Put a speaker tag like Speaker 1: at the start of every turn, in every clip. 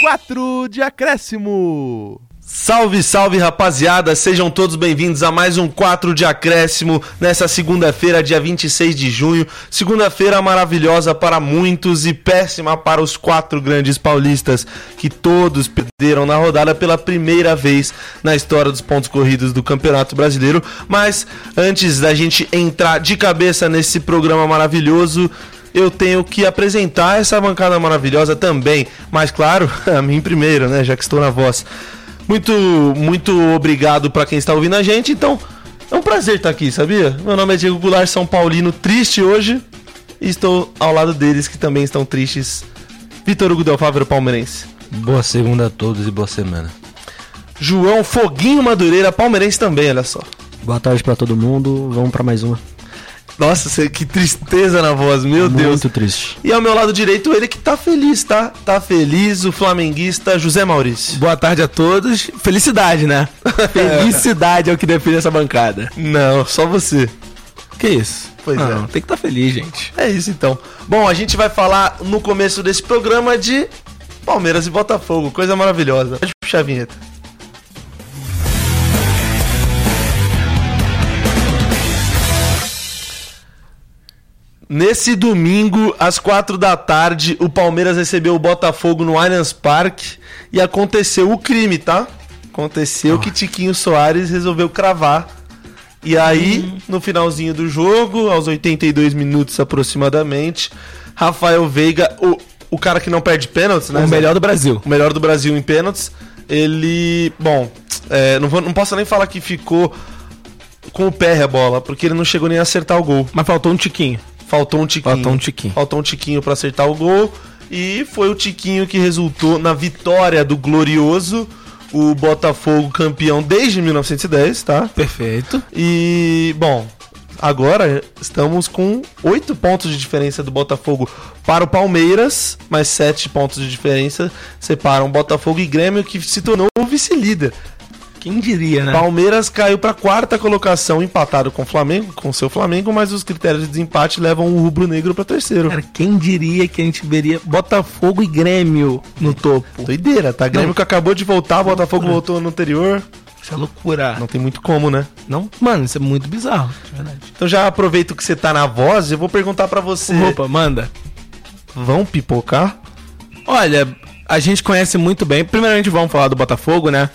Speaker 1: 4 de acréscimo.
Speaker 2: Salve, salve rapaziada, sejam todos bem-vindos a mais um 4 de Acréscimo nessa segunda-feira, dia 26 de junho. Segunda-feira maravilhosa para muitos e péssima para os quatro grandes paulistas que todos perderam na rodada pela primeira vez na história dos pontos corridos do Campeonato Brasileiro. Mas antes da gente entrar de cabeça nesse programa maravilhoso, eu tenho que apresentar essa bancada maravilhosa também. Mas claro, a mim primeiro, né? Já que estou na voz. Muito, muito obrigado para quem está ouvindo a gente. Então, é um prazer estar aqui, sabia? Meu nome é Diego Goulart, São Paulino, triste hoje. E estou ao lado deles que também estão tristes. Vitor Hugo Del Fávero Palmeirense.
Speaker 3: Boa segunda a todos e boa semana.
Speaker 2: João Foguinho Madureira, palmeirense também, olha só.
Speaker 4: Boa tarde pra todo mundo, vamos pra mais uma.
Speaker 2: Nossa, cê- que tristeza na voz, meu Deus.
Speaker 4: Muito triste.
Speaker 2: E ao meu lado direito, ele que tá feliz, tá? Tá feliz, o flamenguista José Maurício.
Speaker 1: Boa tarde a todos. Felicidade, né? Felicidade é o que define essa bancada.
Speaker 2: Não, só você.
Speaker 1: Que isso? Ah.
Speaker 2: Pois
Speaker 1: Não,
Speaker 2: é.
Speaker 1: Tem que estar feliz, gente.
Speaker 2: É isso então. Bom, a gente vai falar no começo desse programa de Palmeiras e Botafogo, coisa maravilhosa. Pode puxar a vinheta. Nesse domingo, às quatro da tarde, o Palmeiras recebeu o Botafogo no Allianz Parque e aconteceu o crime, tá? Aconteceu que Tiquinho Soares resolveu cravar. E aí, no finalzinho do jogo, aos 82 minutos aproximadamente, Rafael Veiga, o, o cara que não perde pênaltis, né?
Speaker 1: O
Speaker 2: Zé?
Speaker 1: melhor do Brasil.
Speaker 2: o melhor do Brasil em pênaltis. Ele. Bom, é, não, vou- não posso nem falar que ficou com o pé a bola, porque ele não chegou nem a acertar o gol.
Speaker 1: Mas faltou um tiquinho.
Speaker 2: Faltou um tiquinho.
Speaker 1: Faltou um tiquinho.
Speaker 2: Faltou um tiquinho pra acertar o gol. E foi o tiquinho que resultou na vitória do glorioso, o Botafogo campeão desde 1910, tá?
Speaker 1: Perfeito.
Speaker 2: E, bom, agora estamos com oito pontos de diferença do Botafogo para o Palmeiras, mas sete pontos de diferença separam Botafogo e Grêmio, que se tornou o vice-líder.
Speaker 1: Quem diria, né?
Speaker 2: Palmeiras caiu para quarta colocação, empatado com o Flamengo, com o seu Flamengo, mas os critérios de desempate levam o rubro-negro para terceiro.
Speaker 1: Cara, quem diria que a gente veria Botafogo e Grêmio no topo?
Speaker 2: Doideira, tá? Grêmio
Speaker 1: Não.
Speaker 2: que acabou de voltar, Botafogo voltou no anterior.
Speaker 1: Isso é loucura.
Speaker 2: Não tem muito como, né?
Speaker 1: Não? Mano, isso é muito bizarro, de verdade.
Speaker 2: Então já aproveito que você tá na voz, eu vou perguntar para você.
Speaker 1: Opa, manda.
Speaker 2: Vão pipocar?
Speaker 1: Olha, a gente conhece muito bem. Primeiramente, vamos falar do Botafogo, né?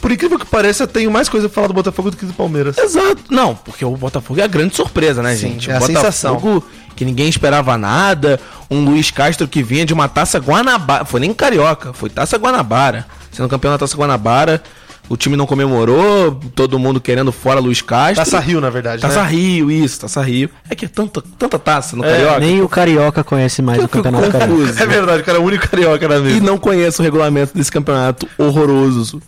Speaker 2: Por incrível que pareça, eu tenho mais coisa pra falar do Botafogo do que do Palmeiras.
Speaker 1: Exato. Não, porque o Botafogo é a grande surpresa, né,
Speaker 2: Sim,
Speaker 1: gente?
Speaker 2: é a
Speaker 1: o Botafogo
Speaker 2: sensação.
Speaker 1: que ninguém esperava nada. Um Luiz Castro que vinha de uma taça Guanabara. Foi nem carioca, foi taça Guanabara. Sendo campeão da taça Guanabara. O time não comemorou, todo mundo querendo fora Luiz Castro.
Speaker 2: Taça Rio, na verdade,
Speaker 1: Taça
Speaker 2: né?
Speaker 1: Rio, isso, Taça Rio. É que é tanta, tanta taça no
Speaker 2: É,
Speaker 1: Carioca.
Speaker 4: Nem o Carioca conhece mais
Speaker 1: Eu
Speaker 4: o
Speaker 1: fico
Speaker 4: Campeonato Carioca.
Speaker 1: confuso.
Speaker 2: É verdade, o cara é o único carioca na
Speaker 1: E
Speaker 2: mesa.
Speaker 1: não conheço o regulamento desse campeonato horroroso.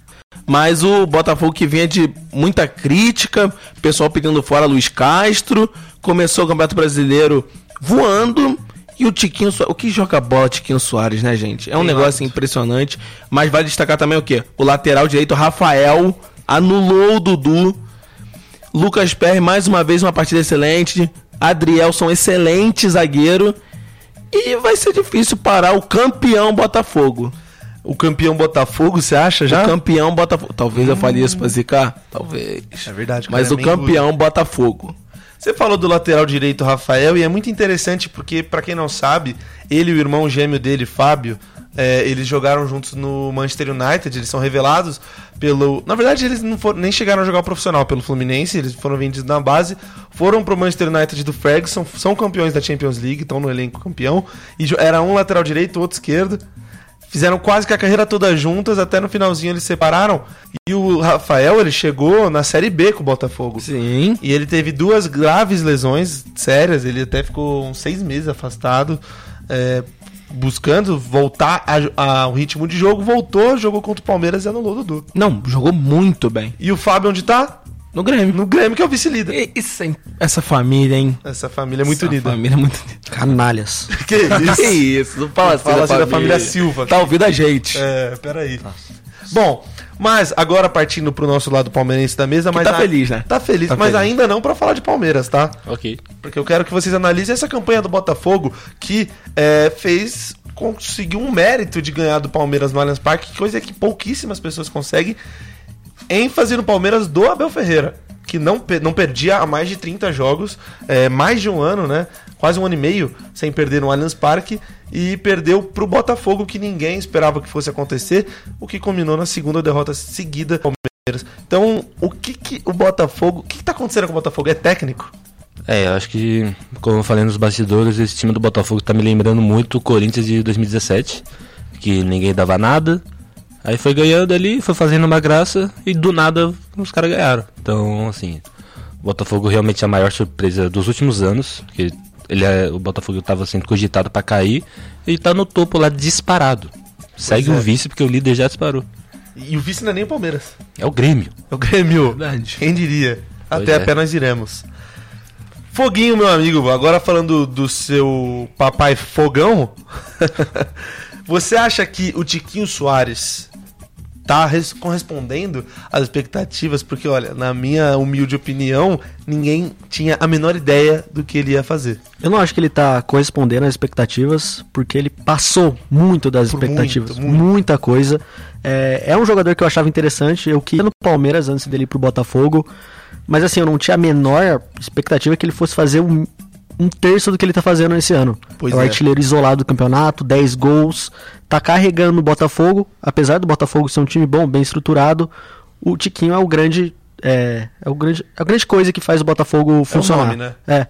Speaker 1: Mas o Botafogo que vinha de muita crítica, pessoal pedindo fora Luiz Castro, começou o Campeonato Brasileiro voando. E o Tiquinho Soares, o que joga bola Tiquinho Soares, né, gente? É um negócio impressionante. Mas vale destacar também o quê? O lateral direito, Rafael, anulou o Dudu. Lucas Perry, mais uma vez, uma partida excelente. Adrielson, excelente zagueiro. E vai ser difícil parar o campeão Botafogo.
Speaker 2: O campeão Botafogo, você acha já?
Speaker 1: O campeão Botafogo. Talvez eu fale isso pra zicar? Talvez.
Speaker 2: É verdade, cara,
Speaker 1: Mas
Speaker 2: é
Speaker 1: o
Speaker 2: meio
Speaker 1: campeão Botafogo.
Speaker 2: Você falou do lateral direito, Rafael, e é muito interessante porque, pra quem não sabe, ele e o irmão gêmeo dele, Fábio, é, eles jogaram juntos no Manchester United, eles são revelados pelo... Na verdade, eles não foram, nem chegaram a jogar profissional pelo Fluminense, eles foram vendidos na base, foram pro Manchester United do Ferguson, são campeões da Champions League, estão no elenco campeão, e jo- era um lateral direito, outro esquerdo, Fizeram quase que a carreira toda juntas, até no finalzinho eles separaram. E o Rafael, ele chegou na Série B com o Botafogo.
Speaker 1: Sim.
Speaker 2: E ele teve duas graves lesões sérias, ele até ficou uns seis meses afastado, é, buscando voltar a- a- ao ritmo de jogo. Voltou, jogou contra o Palmeiras e anulou o Dudu.
Speaker 1: Não, jogou muito bem.
Speaker 2: E o Fábio, onde tá?
Speaker 1: No Grêmio.
Speaker 2: No Grêmio, que é o vice-líder.
Speaker 1: E- isso é- Essa família, hein?
Speaker 2: Essa família é muito
Speaker 1: Essa
Speaker 2: unida.
Speaker 1: família é muito unida.
Speaker 4: Canalhas.
Speaker 2: Que
Speaker 1: Que isso, não fala assim,
Speaker 2: Fala assim da família Silva.
Speaker 1: Tá ouvindo a gente.
Speaker 2: É, peraí. Bom, mas agora partindo pro nosso lado palmeirense da mesa, mas
Speaker 1: tá feliz, né?
Speaker 2: Tá feliz,
Speaker 1: Tá
Speaker 2: mas
Speaker 1: feliz.
Speaker 2: ainda não pra falar de Palmeiras, tá?
Speaker 3: Ok.
Speaker 2: Porque eu quero que vocês analisem essa campanha do Botafogo que é, fez conseguiu um mérito de ganhar do Palmeiras no Allianz Parque, coisa que pouquíssimas pessoas conseguem. ênfase no Palmeiras do Abel Ferreira, que não, pe- não perdia há mais de 30 jogos, é, mais de um ano, né? Quase um ano e meio sem perder no Allianz Parque e perdeu pro Botafogo, que ninguém esperava que fosse acontecer, o que combinou na segunda derrota seguida do Palmeiras. Então, o que que o Botafogo. O que, que tá acontecendo com o Botafogo? É técnico?
Speaker 3: É, eu acho que, como eu falei nos bastidores, esse time do Botafogo tá me lembrando muito o Corinthians de 2017, que ninguém dava nada. Aí foi ganhando ali, foi fazendo uma graça e do nada os caras ganharam. Então, assim, o Botafogo realmente é a maior surpresa dos últimos anos, que ele é- o Botafogo tava sendo cogitado pra cair e tá no topo lá disparado. Segue
Speaker 2: é.
Speaker 3: o vice porque o líder já disparou.
Speaker 2: E o vice não é nem o Palmeiras.
Speaker 3: É o Grêmio.
Speaker 2: É o Grêmio.
Speaker 1: Verdade.
Speaker 2: Quem diria?
Speaker 3: Pois
Speaker 2: Até
Speaker 3: é.
Speaker 2: a pé nós iremos. Foguinho, meu amigo, agora falando do seu papai fogão, você acha que o Tiquinho Soares tá res- correspondendo às expectativas? Porque, olha, na minha humilde opinião, ninguém tinha a menor ideia do que ele ia fazer.
Speaker 4: Eu não acho que ele tá correspondendo às expectativas, porque ele passou muito das
Speaker 2: Por
Speaker 4: expectativas.
Speaker 2: muito, muito.
Speaker 4: Muita coisa. É, é um jogador que eu achava interessante. Eu queria no Palmeiras antes dele ir pro Botafogo. Mas assim, eu não tinha a menor expectativa que ele fosse fazer um, um terço do que ele tá fazendo esse ano.
Speaker 2: Pois
Speaker 4: é o
Speaker 2: é.
Speaker 4: artilheiro isolado do campeonato, 10 gols. Tá carregando o Botafogo. Apesar do Botafogo ser um time bom, bem estruturado, o Tiquinho é o grande. É, é o grande, a grande coisa que faz o Botafogo funcionar.
Speaker 2: nome, né?
Speaker 4: É.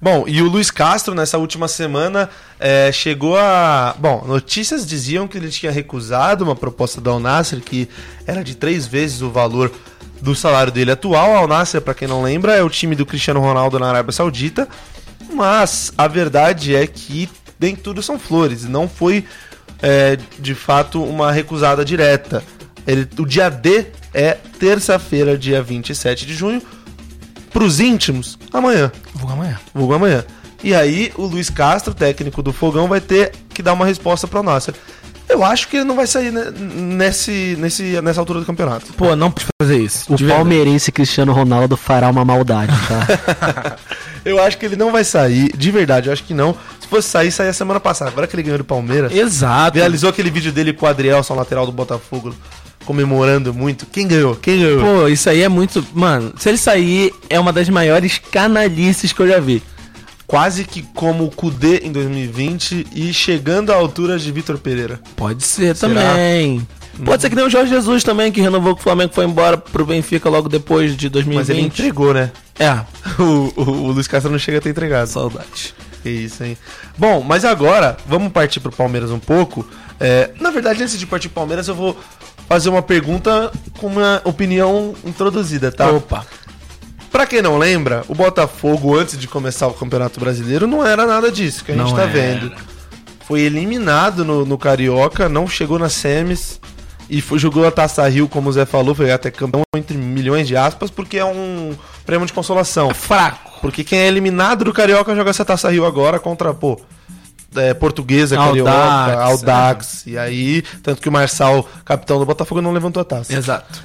Speaker 2: Bom, e o Luiz Castro, nessa última semana, eh, chegou a. Bom, notícias diziam que ele tinha recusado uma proposta do Al Nassr, que era de três vezes o valor do salário dele atual. Al Nassr, pra quem não lembra, é o time do Cristiano Ronaldo na Arábia Saudita. Mas a verdade é que nem tudo são flores. Não foi, eh, de fato, uma recusada direta. Ele- o dia D é terça-feira, dia 27 de junho. Pros íntimos, amanhã
Speaker 1: Vou amanhã.
Speaker 2: vulgo amanhã. E aí o Luiz Castro, técnico do Fogão, vai ter que dar uma resposta para nós. Eu acho que ele não vai sair né, nesse, nesse, nessa altura do campeonato.
Speaker 1: Pô, não precisa fazer isso.
Speaker 4: O
Speaker 1: De verdade.
Speaker 4: palmeirense Cristiano Ronaldo fará uma maldade, tá?
Speaker 2: Eu acho que ele não vai sair, de verdade, eu acho que não. Se fosse sair, saía semana passada. Agora que ele ganhou do Palmeiras,
Speaker 1: Exato.
Speaker 2: viralizou aquele vídeo dele com o Adrielson, lateral do Botafogo, comemorando muito. Quem ganhou? Quem ganhou?
Speaker 1: Pô, isso aí é muito. Mano, se ele sair, é uma das maiores canalices que eu já vi.
Speaker 2: Quase que como o Kudê em 2020 e chegando à altura de Vitor Pereira.
Speaker 1: Pode ser
Speaker 2: Será?
Speaker 1: também. Pode ser que nem o Jorge Jesus também, que renovou com o Flamengo foi embora pro Benfica logo depois de
Speaker 2: Mas ele
Speaker 1: 2020.
Speaker 2: entregou, né?
Speaker 1: É,
Speaker 2: O, o, o Luiz Castro não chega a ter entregado.
Speaker 1: saudade.
Speaker 2: Que É isso, hein? Bom, mas agora, vamos partir pro Palmeiras um pouco. É, na verdade, antes de partir pro Palmeiras, eu vou fazer uma pergunta com uma opinião introduzida, tá?
Speaker 1: Opa.
Speaker 2: Pra quem não lembra, o Botafogo, antes de começar o Campeonato Brasileiro, não era nada disso que a gente
Speaker 1: Não
Speaker 2: tá
Speaker 1: era.
Speaker 2: vendo. Foi eliminado no, no Carioca, não chegou nas semis e foi- jogou a Taça Rio, como o Zé falou, foi até campeão entre milhões de aspas, porque é um prêmio de consolação.
Speaker 1: É Fraco.
Speaker 2: Porque quem é eliminado do Carioca joga essa Taça Rio agora contra, pô, é, Portuguesa,
Speaker 1: Aldax,
Speaker 2: Carioca,
Speaker 1: né?
Speaker 2: Aldax. E aí, tanto que o Marçal, capitão do Botafogo, não levantou a taça.
Speaker 1: Exato.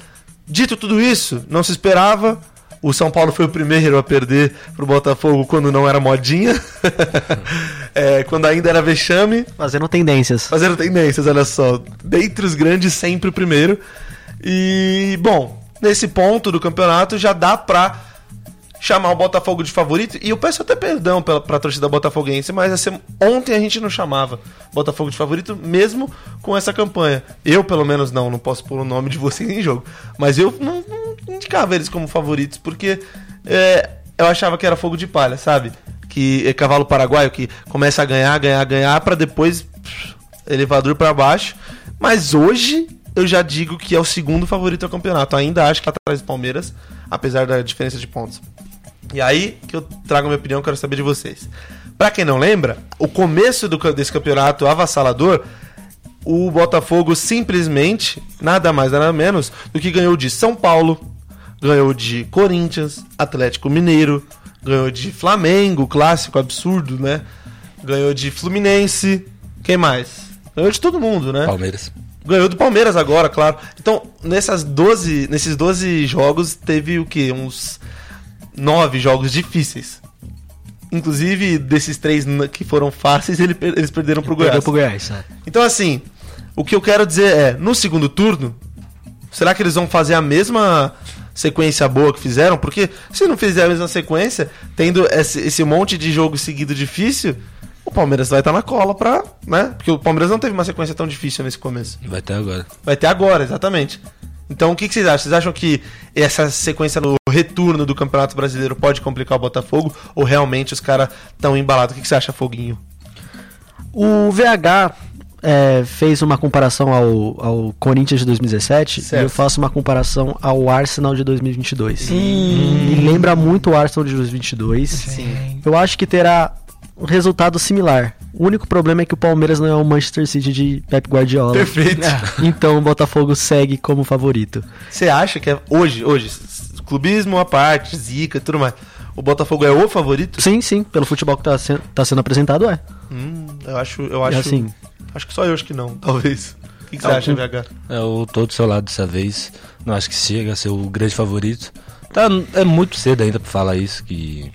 Speaker 2: Dito tudo isso, não se esperava. O São Paulo foi o primeiro a perder pro Botafogo quando não era modinha. É, quando ainda era vexame.
Speaker 4: Fazendo tendências.
Speaker 2: Fazendo tendências, olha só. Dentre os grandes, sempre o primeiro. E, bom, nesse ponto do campeonato já dá pra chamar o Botafogo de favorito. E eu peço até perdão pela, pra torcida botafoguense, mas assim, ontem a gente não chamava Botafogo de favorito, mesmo com essa campanha. Eu, pelo menos, não. Não posso pôr o nome de vocês em jogo. Mas eu não, não indicava eles como favoritos, porque é, eu achava que era fogo de palha, sabe? Que é cavalo paraguaio que começa a ganhar, ganhar, ganhar, pra depois pff, elevador pra baixo. Mas hoje eu já digo que é o segundo favorito ao campeonato. Ainda acho que tá atrás do Palmeiras, apesar da diferença de pontos. E aí que eu trago minha opinião, quero saber de vocês. Pra quem não lembra, o começo do ca- desse campeonato avassalador, o Botafogo simplesmente, nada mais nada menos, do que ganhou de São Paulo, ganhou de Corinthians, Atlético Mineiro, ganhou de Flamengo, clássico absurdo, né? Ganhou de Fluminense, quem mais? Ganhou de todo mundo, né?
Speaker 3: Palmeiras.
Speaker 2: Ganhou do Palmeiras agora, claro. Então, nessas 12, nesses 12 jogos, teve o quê? Uns 9 jogos difíceis. Inclusive, desses três n- que foram fáceis, ele per- eles perderam pro Goiás.
Speaker 4: Perdeu pro Goiás. é.
Speaker 2: Então, assim, o que eu quero dizer é, no segundo turno, será que eles vão fazer a mesma sequência boa que fizeram? Porque se não fizer a mesma sequência, tendo esse, esse monte de jogo seguido difícil, o Palmeiras vai estar na cola pra, né? Porque o Palmeiras não teve uma sequência tão difícil nesse começo.
Speaker 3: Vai até agora.
Speaker 2: Vai ter agora, exatamente. Então, o que, que vocês acham? Vocês acham que essa sequência no retorno do Campeonato Brasileiro pode complicar o Botafogo? Ou realmente os caras estão embalados? O que, que você acha, Foguinho?
Speaker 4: O VH é, fez uma comparação ao, ao Corinthians de 2017
Speaker 2: Certo.
Speaker 4: e eu faço uma comparação ao Arsenal de 2022. E lembra muito o Arsenal de 2022. Eu acho que terá um resultado similar. O único problema é que o Palmeiras não é o Manchester City de Pep Guardiola.
Speaker 2: Perfeito.
Speaker 4: Então o Botafogo segue como favorito.
Speaker 2: Você acha que é hoje, hoje, s- s- clubismo à parte, zica e tudo mais, o Botafogo é o favorito?
Speaker 4: Sim, sim, pelo futebol que tá, se- tá sendo apresentado, é.
Speaker 2: Hum, eu acho, eu acho,
Speaker 4: É assim.
Speaker 2: acho que só eu acho que não, talvez. O que, que você
Speaker 4: Não,
Speaker 2: acha,
Speaker 4: com-
Speaker 2: VH?
Speaker 3: Eu tô do É, seu lado dessa vez. Não acho que chega a ser o grande favorito. Tá, é muito cedo ainda pra falar isso, que.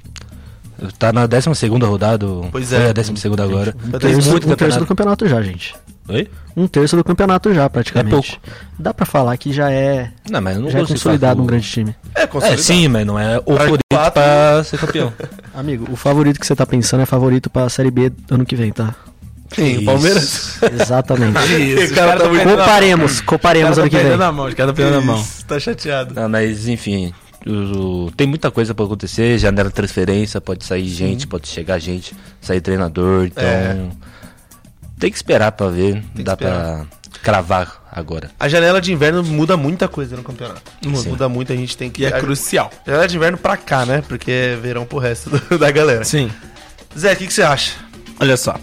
Speaker 3: Tá na 12 ª rodada. ou
Speaker 2: Pois
Speaker 3: foi
Speaker 2: é.
Speaker 3: a 12 ª agora.
Speaker 4: Um
Speaker 3: Tem
Speaker 4: terço,
Speaker 3: muito
Speaker 4: um terço do
Speaker 3: campeonato.
Speaker 4: campeonato já, gente.
Speaker 3: Oi?
Speaker 4: Um terço do campeonato já, praticamente.
Speaker 3: É
Speaker 4: Dá pra falar que já é,
Speaker 3: Não, mas eu não
Speaker 4: já é
Speaker 3: consigo
Speaker 4: consolidado um
Speaker 3: falar que o-
Speaker 4: grande time.
Speaker 2: É,
Speaker 3: É,
Speaker 2: consolidado.
Speaker 3: sim, mas não é o favorito
Speaker 2: quatro.
Speaker 3: pra ser campeão.
Speaker 4: Amigo, o favorito que você tá pensando é favorito pra Série B ano que vem, tá?
Speaker 2: Quem, o
Speaker 3: Isso.
Speaker 2: Palmeiras?
Speaker 4: Exatamente.
Speaker 2: Esse cara tá muito-
Speaker 4: comparemos, comparemos ano que vem.
Speaker 1: na mão, os caras tá pegando na mão.
Speaker 2: Isso, Tá chateado.
Speaker 3: Ah, mas enfim, o- o- tem muita coisa pra acontecer, janela de transferência, pode sair gente, pode chegar gente, sair treinador, então
Speaker 2: É.
Speaker 3: tem que esperar pra ver, não dá
Speaker 2: esperar.
Speaker 3: pra cravar agora.
Speaker 2: A janela de inverno muda muita coisa no campeonato.
Speaker 3: Muda.
Speaker 2: Muda muito, a gente tem que...
Speaker 1: E é crucial.
Speaker 2: Janela de inverno pra cá, né? Porque é verão pro resto do- da galera.
Speaker 1: Sim.
Speaker 2: Zé, o que, que você acha?
Speaker 1: Olha só.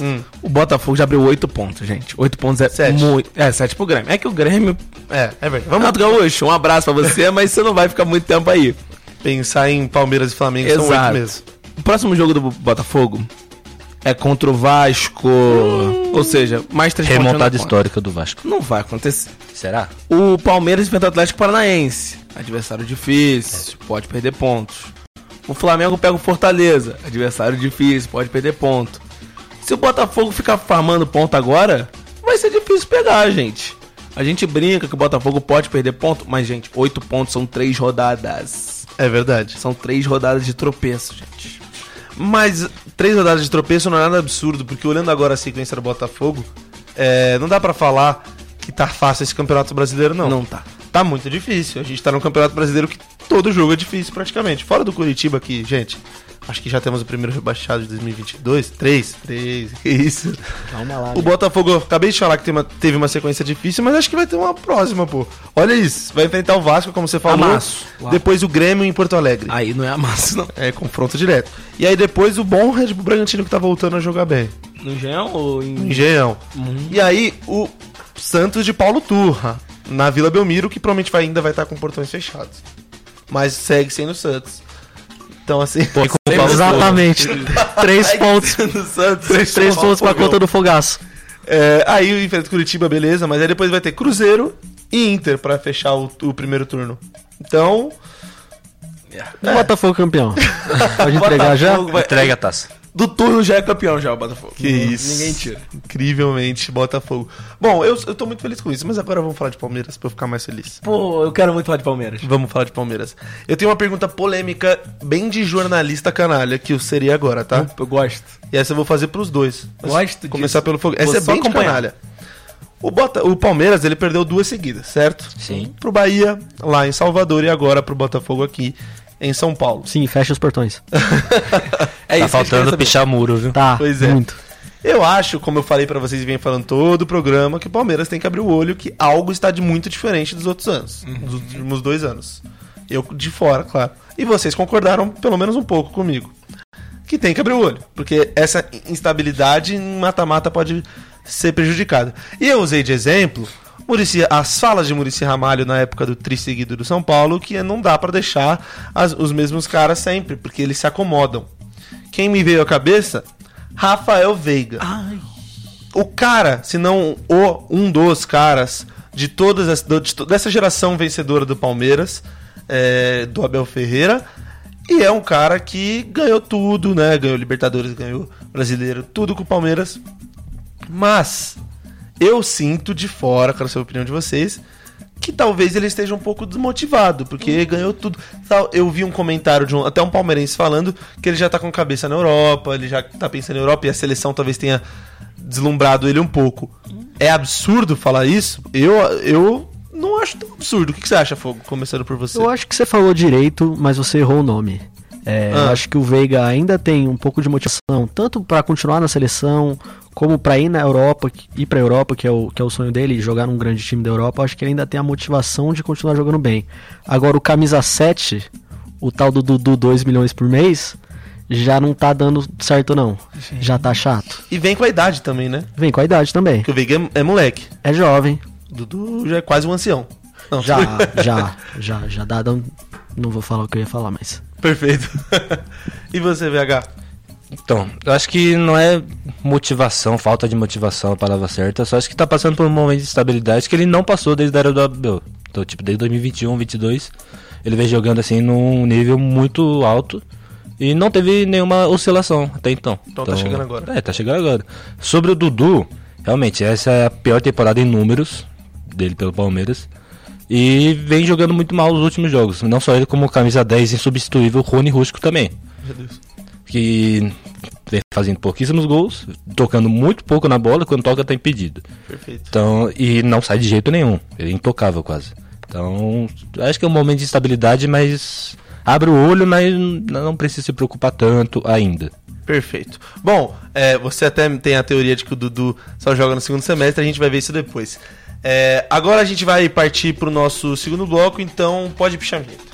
Speaker 2: Hum,
Speaker 1: O Botafogo já abriu 8 pontos, gente. 8 pontos é
Speaker 2: Sete.
Speaker 1: muito. É, 7 pro Grêmio. É que o Grêmio.
Speaker 2: é, é verdade. Vamos
Speaker 1: Renato Gaúcho, um abraço pra você, mas você não vai ficar muito tempo aí.
Speaker 2: pensar em Palmeiras e Flamengo, são oito
Speaker 1: Exato.
Speaker 2: mesmo.
Speaker 1: O próximo jogo do Botafogo é contra o Vasco. Ou seja, mais três pontos
Speaker 3: Remontada
Speaker 1: na conta.
Speaker 3: histórica do Vasco.
Speaker 1: Não vai acontecer.
Speaker 3: Será?
Speaker 1: O Palmeiras enfrenta o Atlético Paranaense. Adversário difícil, pode perder pontos. O Flamengo pega o Fortaleza. Adversário difícil, pode perder ponto. Se o Botafogo ficar farmando ponto agora, vai ser difícil pegar, gente. A gente brinca que o Botafogo pode perder ponto, mas, gente, oito pontos são três rodadas.
Speaker 2: É verdade.
Speaker 1: São três rodadas de tropeço, gente.
Speaker 2: Mas três rodadas de tropeço não é nada absurdo, porque olhando agora a sequência do Botafogo, é, não dá pra falar que tá fácil esse Campeonato Brasileiro, não.
Speaker 1: Não tá.
Speaker 2: Tá muito difícil. A gente tá num Campeonato Brasileiro que todo jogo é difícil praticamente. Fora do Curitiba aqui, gente, acho que já temos o primeiro rebaixado de 2022. Três, três, que isso.
Speaker 4: Calma lá.
Speaker 2: O Botafogo, eu acabei de falar que tem uma- teve uma sequência difícil, mas acho que vai ter uma próxima, pô. Olha isso, vai enfrentar o Vasco, como você falou.
Speaker 1: Amasso.
Speaker 2: Depois o Grêmio em Porto Alegre.
Speaker 1: Aí não é amasso, não.
Speaker 2: É, confronto direto. E aí depois o bom Red Bull Bragantino que tá voltando a jogar bem.
Speaker 1: No Engenhão ou
Speaker 4: Uhum.
Speaker 1: em...
Speaker 2: Engenhão. E aí o Santos de Paulo Turra, na Vila Belmiro, que provavelmente vai- ainda vai estar com portões fechados. Mas segue sendo o Santos. Então assim...
Speaker 4: Exatamente. Três pontos.
Speaker 2: do Santos.
Speaker 4: Três, pontos pra conta do Fogaço.
Speaker 2: É, aí o enfrenta o Curitiba, beleza, mas aí depois vai ter Cruzeiro e Inter pra fechar o, o primeiro turno. Então,
Speaker 4: Botafogo campeão. Pode entregar já?
Speaker 1: Botafogo vai-
Speaker 3: Entrega a taça.
Speaker 1: Do turno já é campeão já o Botafogo.
Speaker 2: Que isso.
Speaker 1: Ninguém tira.
Speaker 2: incrivelmente, Botafogo. Bom, eu, eu tô muito feliz com isso, mas agora vamos falar de Palmeiras pra eu ficar mais feliz.
Speaker 1: Pô, eu quero muito falar de Palmeiras.
Speaker 2: Vamos falar de Palmeiras. Eu tenho uma pergunta polêmica, bem de jornalista canalha, que eu seria agora, tá?
Speaker 1: Eu gosto.
Speaker 2: E essa eu vou fazer pros dois.
Speaker 1: Hum. Gosto
Speaker 2: Começar
Speaker 1: disso.
Speaker 2: pelo fogo.
Speaker 1: Vou
Speaker 2: Essa é
Speaker 1: só
Speaker 2: bem de
Speaker 1: acompanhar.
Speaker 2: canalha. O, Bota... o Palmeiras, ele perdeu duas seguidas, certo?
Speaker 3: Sim.
Speaker 2: Pro Bahia, lá em Salvador, e agora pro Botafogo aqui, em São Paulo. Tá
Speaker 4: Sim, fecha os portões.
Speaker 1: É
Speaker 3: tá
Speaker 1: isso.
Speaker 3: faltando pichar muro, viu?
Speaker 4: Tá,
Speaker 2: Pois é.
Speaker 4: muito.
Speaker 2: Eu acho, como eu falei pra vocês e venho falando todo o programa, que o Palmeiras tem que abrir o olho que algo está de muito diferente dos outros anos, dos últimos dois anos. Eu de fora, claro. E vocês concordaram pelo menos um pouco comigo. Que tem que abrir o olho, porque essa instabilidade em mata-mata pode ser prejudicada. E eu usei de exemplo Muricy, as falas de Murici Ramalho na época do tri seguido do São Paulo, que não dá pra deixar as- os mesmos caras sempre, porque eles se acomodam. Quem me veio à cabeça? Rafael Veiga o cara, se não o um dos caras de todas as, do- de to- dessa geração vencedora do Palmeiras, é, do Abel Ferreira, E é um cara que ganhou tudo, né? Ganhou Libertadores, ganhou Brasileiro, tudo com o Palmeiras. Mas eu sinto de fora, quero saber a opinião de vocês, que talvez ele esteja um pouco desmotivado, porque ele ganhou tudo. Tal, Eu vi um comentário de um, até um palmeirense falando que ele já tá com cabeça na Europa, ele já tá pensando na Europa e a seleção talvez tenha deslumbrado ele um pouco. É absurdo falar isso? Eu, eu não acho tão absurdo. O que que você acha, Fogo? Começando por você.
Speaker 4: Eu acho que você falou direito, mas você errou o nome. É, Eu
Speaker 2: Ah.
Speaker 4: acho que o Veiga ainda tem um pouco de motivação, tanto para continuar na seleção, como para ir na Europa, que- ir para Europa, que é, o, que é o sonho dele, jogar num grande time da Europa. Eu acho que ele ainda tem a motivação de continuar jogando bem. Agora, o camisa 7, o tal do Dudu 2 milhões por mês, já não tá dando certo, não. Já tá chato.
Speaker 2: E vem com a idade também, né?
Speaker 4: Vem com a idade também.
Speaker 2: Porque o Veiga é, é moleque.
Speaker 4: É jovem.
Speaker 2: Dudu já é quase um ancião. Não,
Speaker 4: Já, já, já, já dá. dá um- Não vou falar o que eu ia falar, mas.
Speaker 2: Perfeito. e você, VH?
Speaker 3: Então, eu acho que não é motivação, falta de motivação é a palavra certa, só acho que tá passando por um momento de estabilidade que ele não passou desde a era do Abel. Então, tipo, desde 2021, 22, ele vem jogando assim num nível muito alto e não teve nenhuma oscilação até então.
Speaker 2: Então tá chegando agora.
Speaker 3: É, tá chegando agora. Sobre o Dudu, realmente, essa é a pior temporada em números dele pelo Palmeiras. E vem jogando muito mal os últimos jogos. Não só ele, como camisa 10 insubstituível, Rony Rusco também
Speaker 2: Meu Deus.
Speaker 3: que vem tá fazendo pouquíssimos gols, tocando muito pouco na bola, quando toca tá impedido.
Speaker 2: Perfeito.
Speaker 3: Então, e não sai de jeito nenhum, ele é intocável quase. Então, acho que é um momento de instabilidade, mas abre o olho, mas não precisa se preocupar tanto ainda.
Speaker 2: Perfeito. Bom, é, você até tem a teoria de que o Dudu só joga no segundo semestre, a gente vai ver isso depois. É, agora a gente vai partir pro nosso segundo bloco, então pode pichar a vinheta.